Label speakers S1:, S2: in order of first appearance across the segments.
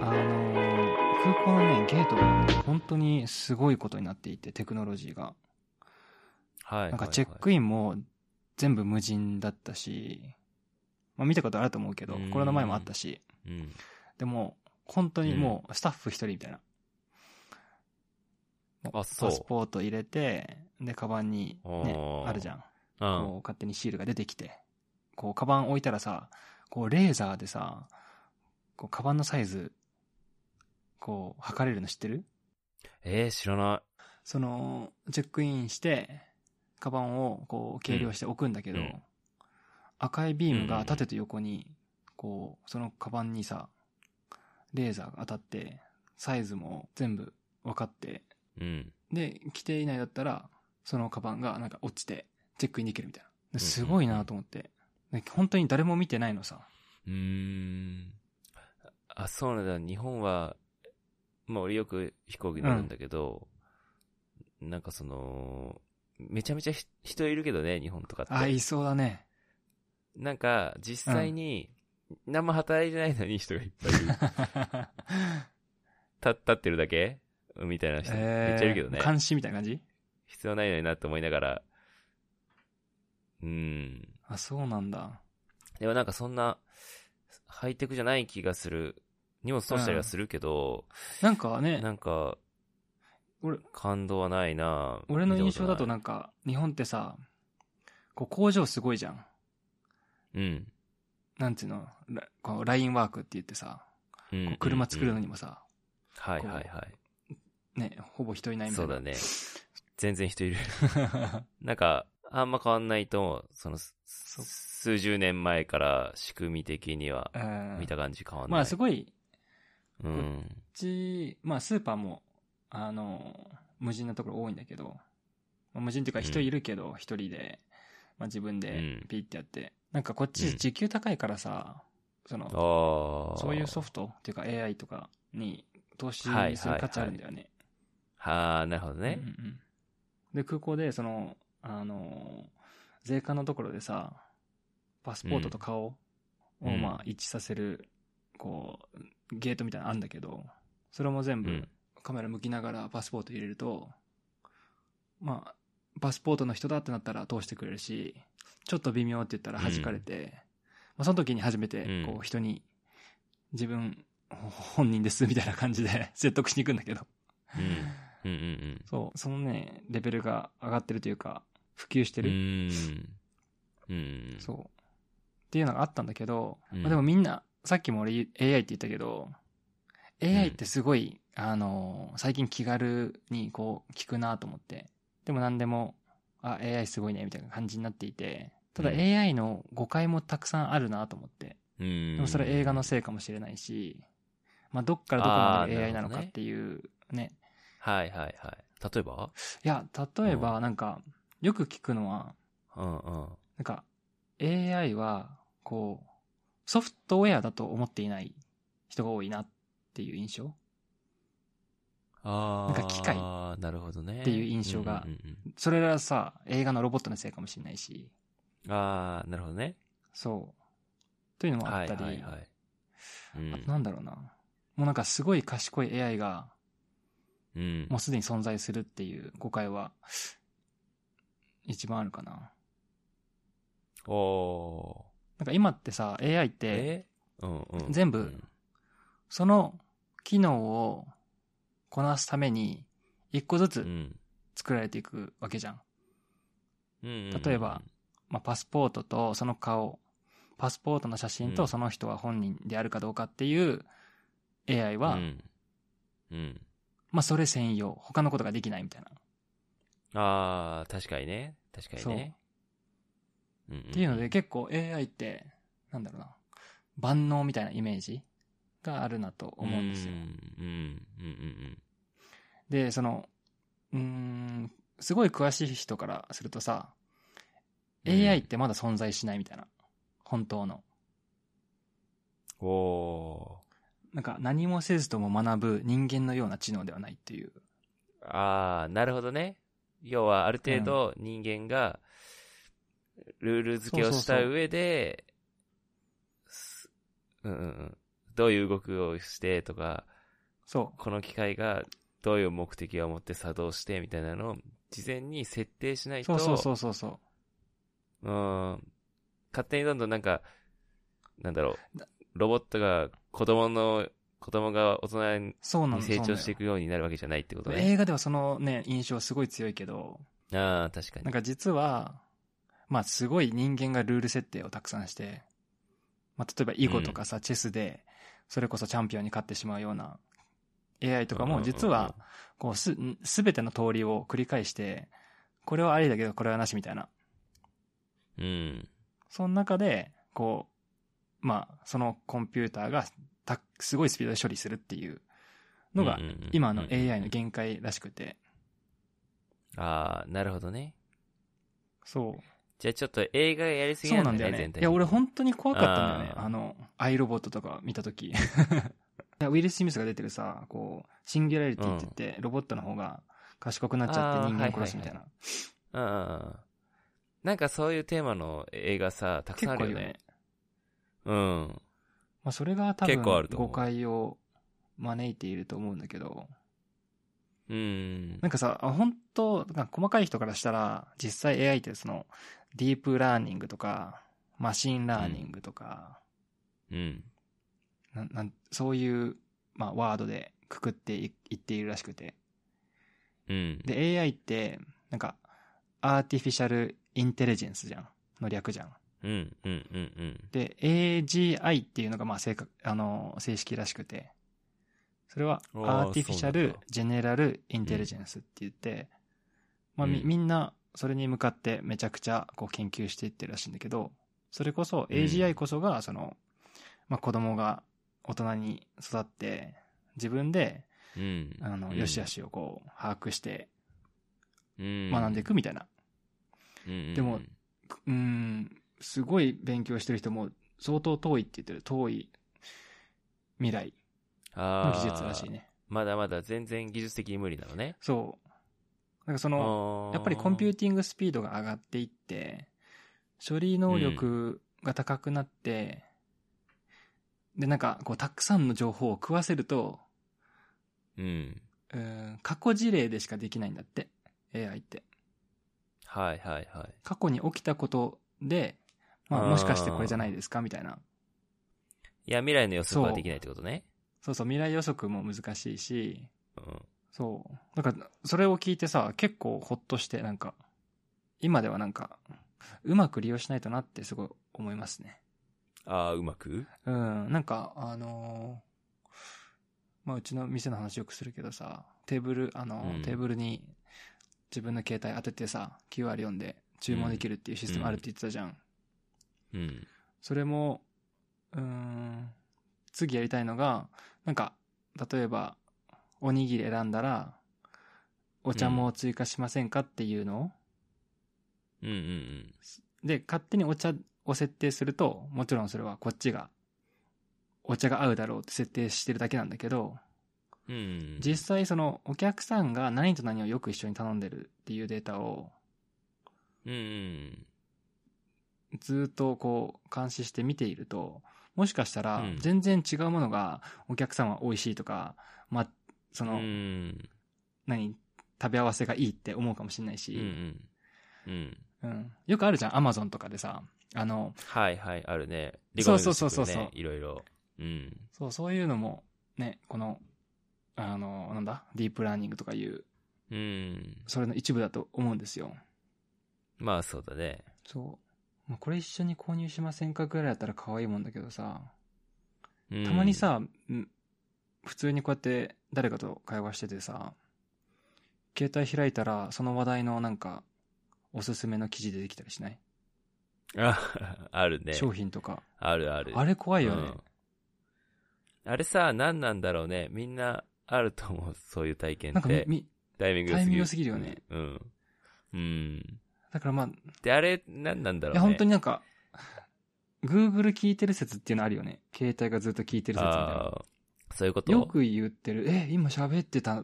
S1: あのー空港のね、ゲートがね本当にすごいことになっていて、テクノロジーが。
S2: はい。
S1: なんかチェック
S2: イン
S1: インも全部無人だったし、まあ見たことあると思うけど
S2: うん、
S1: コロナ前もあったし、。
S2: うん。
S1: でも、本当にもうスタッフ一人みたいな。
S2: あそう
S1: パスポート入れて、で、カバンに、ね
S2: お、ー
S1: あるじゃん。
S2: うん
S1: こう、勝手にシールが出てきて、こう、カバン置いたらさ、こう、レーザーでさ、こう、カバンのサイズ、こう、測れるの知ってる
S2: えー、知らな
S1: その、チェックインして、カバンをこう、計量して置くんだけど、
S2: うん
S1: 赤いビーム
S2: うんうんう
S1: が
S2: ん
S1: 縦と横に、こう、そのカバンにさ、レーザーが当たって、サイズも全部分かって、
S2: い。うん。
S1: で、規定以内だったら、そのカバンがなんか落ちて、チェックインできるみたいな。
S2: ん
S1: すごいなと思って。で本当に誰も見てないのさ。
S2: うーん。あ、そうなんだ。日本は、まあ俺よく飛行機乗るんだけど、なんかその、めちゃめちゃひ人いるけどね、日本とかって。
S1: あ、いそうだね。
S2: なんか、実際に、何も働いてないのに人がいっぱいい る。た立ってるだけみたいな人、めっちゃいるけどね
S1: え。ー監視みたいな感じ
S2: 必要ないのになって思いながら。うん。
S1: あ、そうなんだ。
S2: でもなんかそんな、ハイテクじゃない気がする。荷物通したりはするけど、
S1: なんかね、
S2: なんか、
S1: 俺
S2: 感動はないな
S1: 俺の印象だとなん
S2: か、
S1: んか、日本ってさ、こう工場すごいじゃん。
S2: うん。
S1: なんていうの、ラこうラインワークって言ってさ、
S2: うん
S1: こう車作るの
S2: に。
S1: にもさ、
S2: はいはいはい。
S1: ね、ほぼ人いないみた
S2: そ
S1: いうな。
S2: だね。全然人 いる。なんか、あんま変わんないと思う。その、す
S1: そう
S2: 数十年前から仕組み的には、
S1: うん
S2: 見た感じ変わんな
S1: ま
S2: い。
S1: あすごい、
S2: うん。
S1: うち、まあスーパーも、あの、無人なところ多いんだけど、まあ無人っていうか
S2: うん
S1: 人いるけど、一、人で、まあ自分で
S2: うん
S1: ピッてやって、なんかこっ
S2: うん
S1: ち時給高いからさ、その、
S2: ああ。
S1: そういうソフトっていうか AI とかに投資する価値あるんだよね。
S2: ああ、なるほどね
S1: うん。うんで、空港で、その、あの、税関のところでさ、パスポートと顔を、
S2: うん
S1: まあ、一致させる、こう、ゲートみたいなのあるんだけど、それも全
S2: う
S1: 部
S2: ん
S1: カメラ向きながらパスポート入れると、まあ、パスポートの人だってなったら通してくれるし、ちょっと微妙って言ったら弾かれて、まあ、その時に初めて、
S2: う
S1: こ
S2: ん
S1: う、人に、自分、本人です、みたいな感じで 説得しに行くんだけど。
S2: うん。うんうん
S1: そう、そのね、レベルが上がってるというか、普及して
S2: うん。う
S1: る。
S2: ーん。うん。
S1: そう。っていうのがあったんだけど、
S2: うん
S1: まあ、でもみんな、さっきも俺 AI って言ったけど、AI ってすごい、あのー最近気軽にこう聞くなと思って。でも何でも、あ、AI すごいね、みたいな感じになっていて、ただ
S2: うん
S1: AI の誤解もたくさんあるなと思って。
S2: うん。
S1: でもそれ映画の
S2: い。
S1: せいかもしれないし、まあどっからどこまで
S2: あー
S1: AI なの
S2: な
S1: か
S2: るほどね
S1: っていうね、
S2: はいはいはい。例えば
S1: いや、例えば、なんか、よく聞くのは、
S2: うんうん。
S1: なんか、AI は、こう、ソフトウェアだと思っていない人が多いなっていう印象
S2: あ
S1: な
S2: あ。
S1: んか機械
S2: ああ、なるほどね。
S1: っていう印象が
S2: うんうん
S1: それらさ、映画のロボットのせいかもしれないし、
S2: うんああ、なるほどね。
S1: そう。というのもあ
S2: は
S1: っ
S2: い
S1: た
S2: はいは
S1: り、
S2: い。う
S1: あ
S2: ん
S1: となんだろうな。もうなんかすごい賢い AI が、
S2: うん
S1: もうすでに存在するっていう誤解は、一番あるかな。
S2: お
S1: なんか今ってさ、AI っ
S2: ー。
S1: て、
S2: えうんうん。
S1: 全部
S2: うん
S1: その機能をこなすために、一個ず
S2: う
S1: つ
S2: ん。
S1: 作られていくわけじゃん。
S2: うんうんうん
S1: 例えば、まあ、パスポートとその顔、パスポートの写真
S2: う
S1: と
S2: ん
S1: その人は本人であるかどうかっていう AI は、
S2: うん。うん。
S1: まあ、それ専用。他のことができないみたいな。
S2: ああ、確かにね。確かに
S1: そう。っ
S2: ね。うんんん
S1: ていうので、結構 AI って、なんだろうな、万能みたいなイメージがあるなと思うんですよ
S2: う。ん、うん、うん、
S1: で、その、うーん、すごい詳しい人からするとさ、
S2: うん
S1: AI ってまだ存在しないみたいな。本当の。
S2: うん。お
S1: なんか何もせずとも学ぶ人間のような知能ではないっていう。
S2: ー。ああ、なるほどね。要は、ある程度人間が、ルール付けをした上で、すうんうんうん。どういう動きをしてとか、
S1: そ
S2: この機械がどういう目的を持って作動してみたいなのを事前に設定しな
S1: う。
S2: い
S1: そ
S2: と、
S1: うそうそうそうそう。
S2: うん、勝手にどんどんなんか、なんだろう
S1: な、
S2: ロボットが子供の、子供が大人に
S1: そうなの
S2: 成長してい
S1: く
S2: くようになるわけじゃないってことね。
S1: 映画ではそのね、印象すごい強いけど、
S2: ああ、確か
S1: な
S2: に
S1: ん。か実は、まあすごい人間がルール設定をたくさんして、まあ例えば囲碁とかさ、チェスで、それこそチャンピオンに勝ってしまうような AI とか
S2: うんうん
S1: も
S2: うん
S1: 実は、こうす、んすべての通りを繰り返して、これはありだけどこれはなしみたいな。
S2: うん。
S1: その中で、こう、まあそのコンピューターがた、すごいスピードで処理するっていうのが
S2: うんうんうん、
S1: 今の AI の限界らしくて、
S2: ああ、なるほどね。
S1: そう。
S2: じゃあちょっと映画やりすぎ
S1: そう
S2: な
S1: なん
S2: ん
S1: だ
S2: だ
S1: よ
S2: ね、
S1: ね
S2: 全。体
S1: いや、俺本当に怖かったんだよね。
S2: あー
S1: あの、アイロボットとか見たと き。いやウィル・スミスが出てるさ、こう、シンギュラリティって言って、ロボットの方が賢くなっちゃって
S2: あー
S1: 人間殺すみたいな。
S2: うんうんうん。なんかそういうテーマの映画さ、たくさん
S1: 結構
S2: あ
S1: ある
S2: るよ
S1: よ
S2: ね
S1: ね。。
S2: うん。
S1: まあ、それが多
S2: 結構ある
S1: 分、
S2: と思う
S1: 誤解を招いていると思うんだけど、
S2: うん
S1: な。んかさ、あ本当なんか細かい人からしたら、実際 AI ってその、ディープラーニングとか、マシンラーニングとか、
S2: うん。
S1: なんなんそういう、まあ、ワードでくくっていいっているらしくて。
S2: うん。
S1: で、AI って、なんか、アーティフィシャルインテリジェンスじゃん。の略じゃん。
S2: うん、うん、うん、うん。
S1: で、AGI っていうのが、まあ、正確、あの、正式らしくて。それは、
S2: あー
S1: アーティフィシャ
S2: そうなん
S1: ル
S2: だ
S1: ジェネラルインテリジェンスって言って、まあ、み、
S2: うん
S1: みんな、それに向かってめちゃくちゃ、こう、研究していってるらしいんだけど、それこそ、
S2: うん
S1: AGI こそが、その、まあ、子供が大人に育って、自分で、
S2: うん。
S1: あの、良し悪しをこう、把握して
S2: うん、
S1: 学んでいくみたいな。
S2: うん。うん。
S1: でもうーん、すごい勉強してる人も相当遠いって言ってる。遠い未来の
S2: ああ、
S1: 技術らしい。ね。
S2: まだまだ全然技術的に無理なのね。
S1: そう。なんかその、やっぱりコンピューティングスピードが上がっていって、処理能力が高くなって、で、なんかこう、たくさんの情報を食わせると、
S2: ーうん。
S1: うーん、過去事例でしかできないんだって。AI って。
S2: はい、はい、はい。
S1: 過去に起きたことで、まあ、
S2: あー
S1: もしかしてこれじゃないですかみたいな。
S2: いや、未来の予測はできないってことね。
S1: そうそう、未来予測も難しいし、
S2: うん。
S1: そう。なんか、それを聞いてさ、結構ほっとして、なんか、今ではなんか、うまく利用しないとなってすごい思いますね。
S2: ああ、うまく
S1: うん。なんか、あのーまあ、うちの店の話よくするけどさ、テーブル、あのー
S2: うん
S1: テーブルに自分の携帯当ててさ、QR 読んで注文できるっていうシステムあるって言ってたじゃん。
S2: うん。
S1: それも、うーん、次やりたいのが、なんか、例えば、おにぎり選んだら、お茶も追加しませんかっていうのを、
S2: うん、うん、うん。
S1: で、勝手にお茶を設定すると、もちろんそれはこっちが、お茶が合うだろうって設定してるだけなんだけど、
S2: うん。
S1: 実際そのお客さんが何と何をよく一緒に頼んでるっていうデータを
S2: うんうん。
S1: ずーっとこう監視して見ていると、もしかしたら
S2: うん
S1: 全然違うものがお客さんは美味しいとか、ま、そ
S2: うん。
S1: の、
S2: うん。
S1: 何、食べ合わせがいいって思うかもしれないし、
S2: うん。うん。
S1: うんよくあるじゃん、アマゾンとかでさ、あの、
S2: はいはい、あるね。
S1: そうそうそうそうそう
S2: リコメンドしてくるねいろいろ。うん。
S1: そう、そういうのも、ね、この、あの、なんだ、ディープラーニングとかいう、
S2: うん。
S1: それの一部だと思うんですよ。
S2: まあそうだね。
S1: そう。まあこれ一緒に購入しませんかぐらいだったら可愛いもんだけどさ、
S2: うん
S1: たまに、さ、うん普通にこうやって誰かと会話しててさ、携帯開いたら、その話題のなんか、おすすめの記事出てきたりしない、
S2: あ あるね。
S1: 商品とか。
S2: あるある。
S1: あ
S2: れ
S1: れ怖いよね。
S2: あれさ、何なんだろうね。みんなあると思う。そういう体験
S1: なん
S2: っ
S1: かみ
S2: て。
S1: み、
S2: タイミング
S1: タイミングが
S2: が過
S1: 過
S2: ぎ
S1: ぎ
S2: る
S1: るよね。
S2: うん。うん。
S1: だからまあ、
S2: で、あれ、何なんだ
S1: い
S2: ろ
S1: う
S2: ね。
S1: や本当になんか、Google 聞いてる説っていうのあるよね。携帯がずっと聞いてる説みたいな。
S2: あーそういうこと
S1: よく言ってる、え、今喋ってた、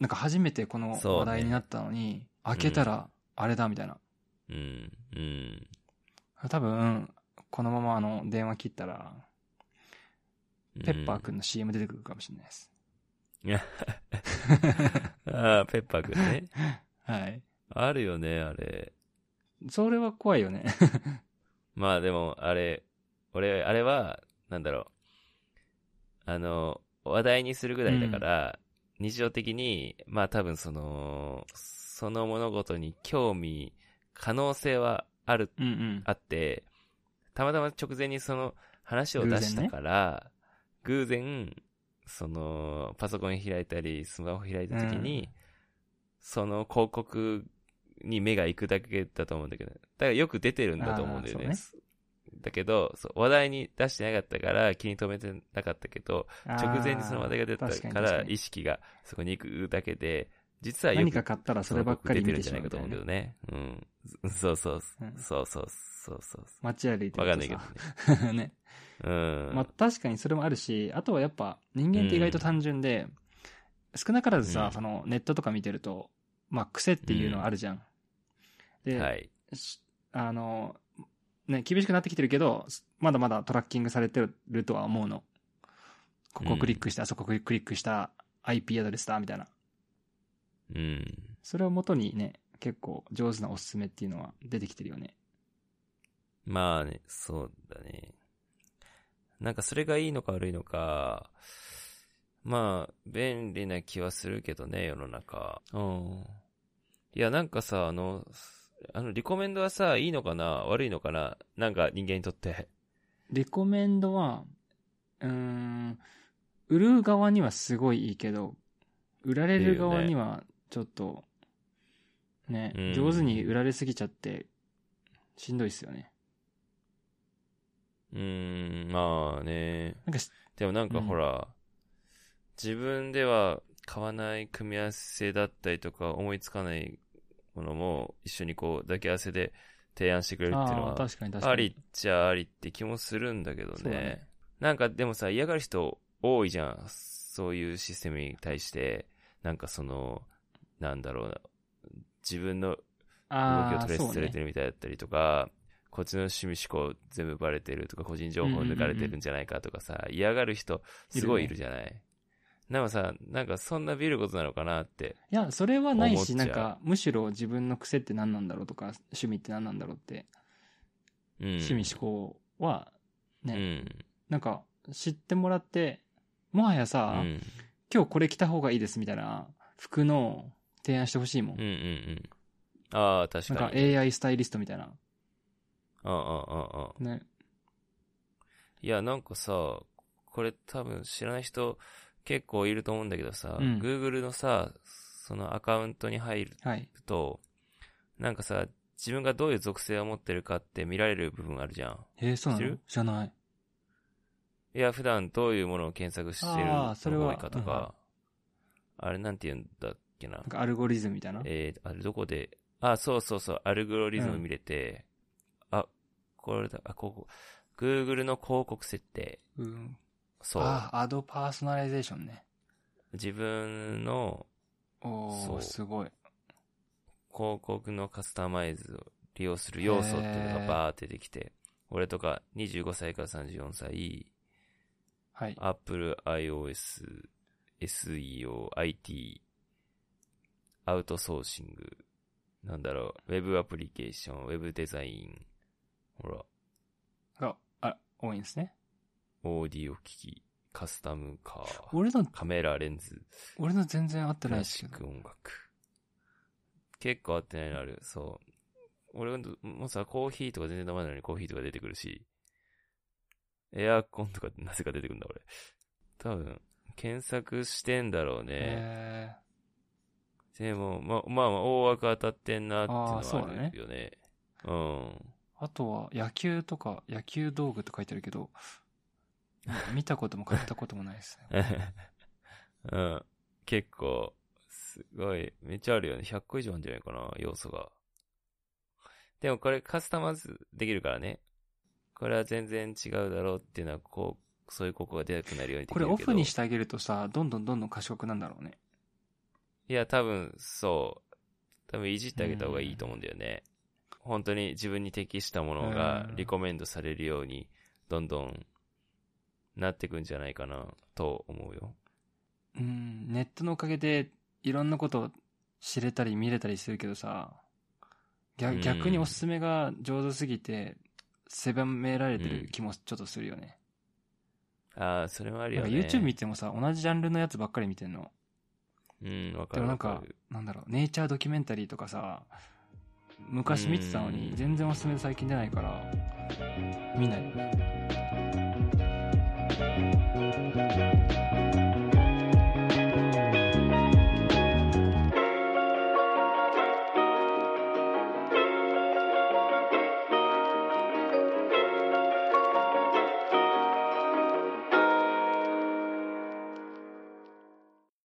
S1: なんか初めてこの
S2: そうね
S1: 話題になったのに、開けたら、あれだ、みたいな。
S2: うん。うん。
S1: 多分、このままあの、電話切ったら、
S2: う
S1: ペッパーくんの CM 出てくるかもしれないです。
S2: ああ、ペッパーくんね。
S1: はい。
S2: あるよね、あれ。
S1: それは怖いよね。
S2: まあでも、あれ、俺、あれは、なんだろう。あの、話題にするぐらいだから、日常的に、まあ多分その、その物事に興味、可能性はある、
S1: うん うん。
S2: あって、たまたま直前にその話を出したから、偶然,、その、パソコン開いたり、スマホ開いた時に、
S1: うん
S2: その広告に目が行くだけだと思うんだけど、だからよく出てるんだと思うんだよね。
S1: あー
S2: だけどそう話題に出してなかったから気に留めてなかったけど、直前にその話題が出た
S1: あー確に
S2: か
S1: 確
S2: ら
S1: に
S2: 意識がそこに行くだけで、実はよ
S1: 何
S2: く
S1: か買ったらそればっかり
S2: 出
S1: 見
S2: てるん
S1: て
S2: じ
S1: し
S2: ゃな
S1: まみた
S2: いうかと思
S1: いう
S2: けど
S1: な。
S2: ね。うん。そうそうそう
S1: うん
S2: そうそうそうそうそう。
S1: 街歩いて
S2: わ
S1: る
S2: かん
S1: と
S2: ないけど
S1: さ
S2: ね。
S1: ね。
S2: うん。
S1: まあ確かにそれもあるし、あとはやっぱ人間って意外と単純で、少なからず
S2: う
S1: さ
S2: ん、
S1: そのネットとか見てると、まあ癖っていうのあるじゃん。
S2: は
S1: で、
S2: い。
S1: しあの、ね、厳しくなってきてるけど、まだまだトラッキングされてるとは思うの。ここクリックした、あそこクリックした、IP アドレスだ、みたいな。
S2: うん。
S1: それを元にね、結構上手なおすすめっていうのは出てきてるよね。
S2: まあね、そうだね。なんかそれがいいのか悪いのか、まあ、便利な気はするけどね、世の中。うん。いや、なんかさ、あの、あの、リコメンドはさ、いいのかな悪いのかななんか人間にとって。
S1: レコメンドは、うーん、売る側にはすごいいいけど、売られる側にはちょっと、ね、
S2: うん
S1: 上手に売られすぎちゃって、しんどいっすよね。
S2: うーん、まあね。
S1: なんかし、
S2: でもなんか
S1: うん
S2: ほら、自分では買わない組み合わせだったりとか思いつかないものも一緒にこう抱き合わせで提案してくれるっていうの
S1: ああ、
S2: は
S1: 確かに確かに。
S2: ありっちゃありって気もするんだけど
S1: そう
S2: ね
S1: だね
S2: なんかでもさ嫌がる人多いじゃんそういうシステムに対してなんかそのなんだろうな自分の動きを
S1: ああ、
S2: トレース
S1: そう
S2: されて
S1: ね。
S2: るみたいだったりとか、こっちの趣味思考全部バレてるとか、個人情報抜かれてるんじゃないかとかさ、嫌がる人、すごいいるじゃない。なんかさ、なんかそんなビることなのかなって。
S1: いや、それはないし、
S2: 思
S1: な
S2: っ
S1: ん
S2: ちゃう
S1: か、むしろ自分の癖って何なんだろうとか、趣味って何なんだろうって、
S2: うん。
S1: 趣味思考は、ね、
S2: うん。
S1: なんか、知ってもらって、もはや
S2: う
S1: さ、
S2: ん。
S1: 今日これ着た方がいいですみたいな服の提案してほしいもん。
S2: うんうんうん。ああ、確か
S1: な
S2: に。
S1: んか AI スタイリストみたいな。
S2: ああ、ああ、ああ。
S1: ね。
S2: いや、なんかさ、これ多分知らない人結構いると思うんだけどさ、
S1: うん
S2: Google のさ、そのアカウントに入る
S1: はい。
S2: と、なんかさ、自分がどういう属性を持ってるかって見られる部分あるじゃん。
S1: えー、そうな
S2: 知
S1: の
S2: る
S1: 知らない。
S2: いや、普段どういうものを検索してる
S1: あーそれ
S2: の
S1: は
S2: が多いかとか、あれなんて言うんだっけな
S1: なん。かアルゴリズムみたいな。
S2: えー、あれどこで、あ、そうそうそう、アルゴリズム見れて、あ、これだ、あ、ここ、Google の広告設定。
S1: うん。
S2: そう。
S1: ああ、アドパーソナライゼーションね。
S2: 自分の
S1: お
S2: そ
S1: ー、
S2: う
S1: すごい。
S2: 広告のカスタマイズを利用する要素っていうのがバーって出てきて、俺とか25歳から34歳、
S1: はい。
S2: Apple iOS SEO IT アウトソーシングなんだろうウェブアプリケーションウェブデザインほら
S1: が、あ、多いんですね。
S2: オーディオ機器カスタムカー
S1: 俺の、
S2: カメラレンズ
S1: 俺の全然合って
S2: ク
S1: ない
S2: ラ
S1: です
S2: シ
S1: けど。
S2: ック音楽結構合ってないのあるそう俺もさコーヒーとか全然飲まないのにコーヒーとか出てくるしエアコンとかなぜか出てくるんだ俺多分検索してんだろうね、
S1: え
S2: でも、ま、まあまあ、大枠当たってんなっていうの
S1: あーそうだ
S2: は
S1: ね
S2: あるよね。うん。
S1: ー、あとは野球とか、野球道具と書いてあるけど、見たことも買ったこともない ですね。
S2: うん。結構、すごい、めっちゃあるよね。100個以上あるんじゃないかな、要素が。でもこれカスタマイズできるからね。これは全然違うだろうっていうのは、こう、そういうここが出なくなるようにでき
S1: こ
S2: るけ
S1: れ
S2: ど。
S1: オフにしてあげるとさ、どんどんどんどん賢くなんだろうね。
S2: いや、多分、そう。多分、いじってあげた方がいいと思うんだよね。本当に自分に適したものが
S1: うん
S2: リコメンドされるように、どんどんなってくんじゃないかなと思うよ。
S1: うん、ネットのおかげでいろんなことを知れたり見れたりするけどさ、
S2: う
S1: 逆
S2: ん
S1: 逆におすすめが上手すぎて、狭められてる気もちょっとするよね。
S2: ああ、それはある
S1: な
S2: よ
S1: んか
S2: ね。
S1: YouTube 見てもさ、同じジャンルのやつばっかり見てんの。
S2: うん、わか
S1: で
S2: る
S1: もな
S2: わ
S1: んか
S2: かる。、
S1: なんだろう、ネイチャードキュメンタリーとかさ、昔見てたの
S2: う
S1: に
S2: ん
S1: 全然おすすめ最近出ないから、見ない。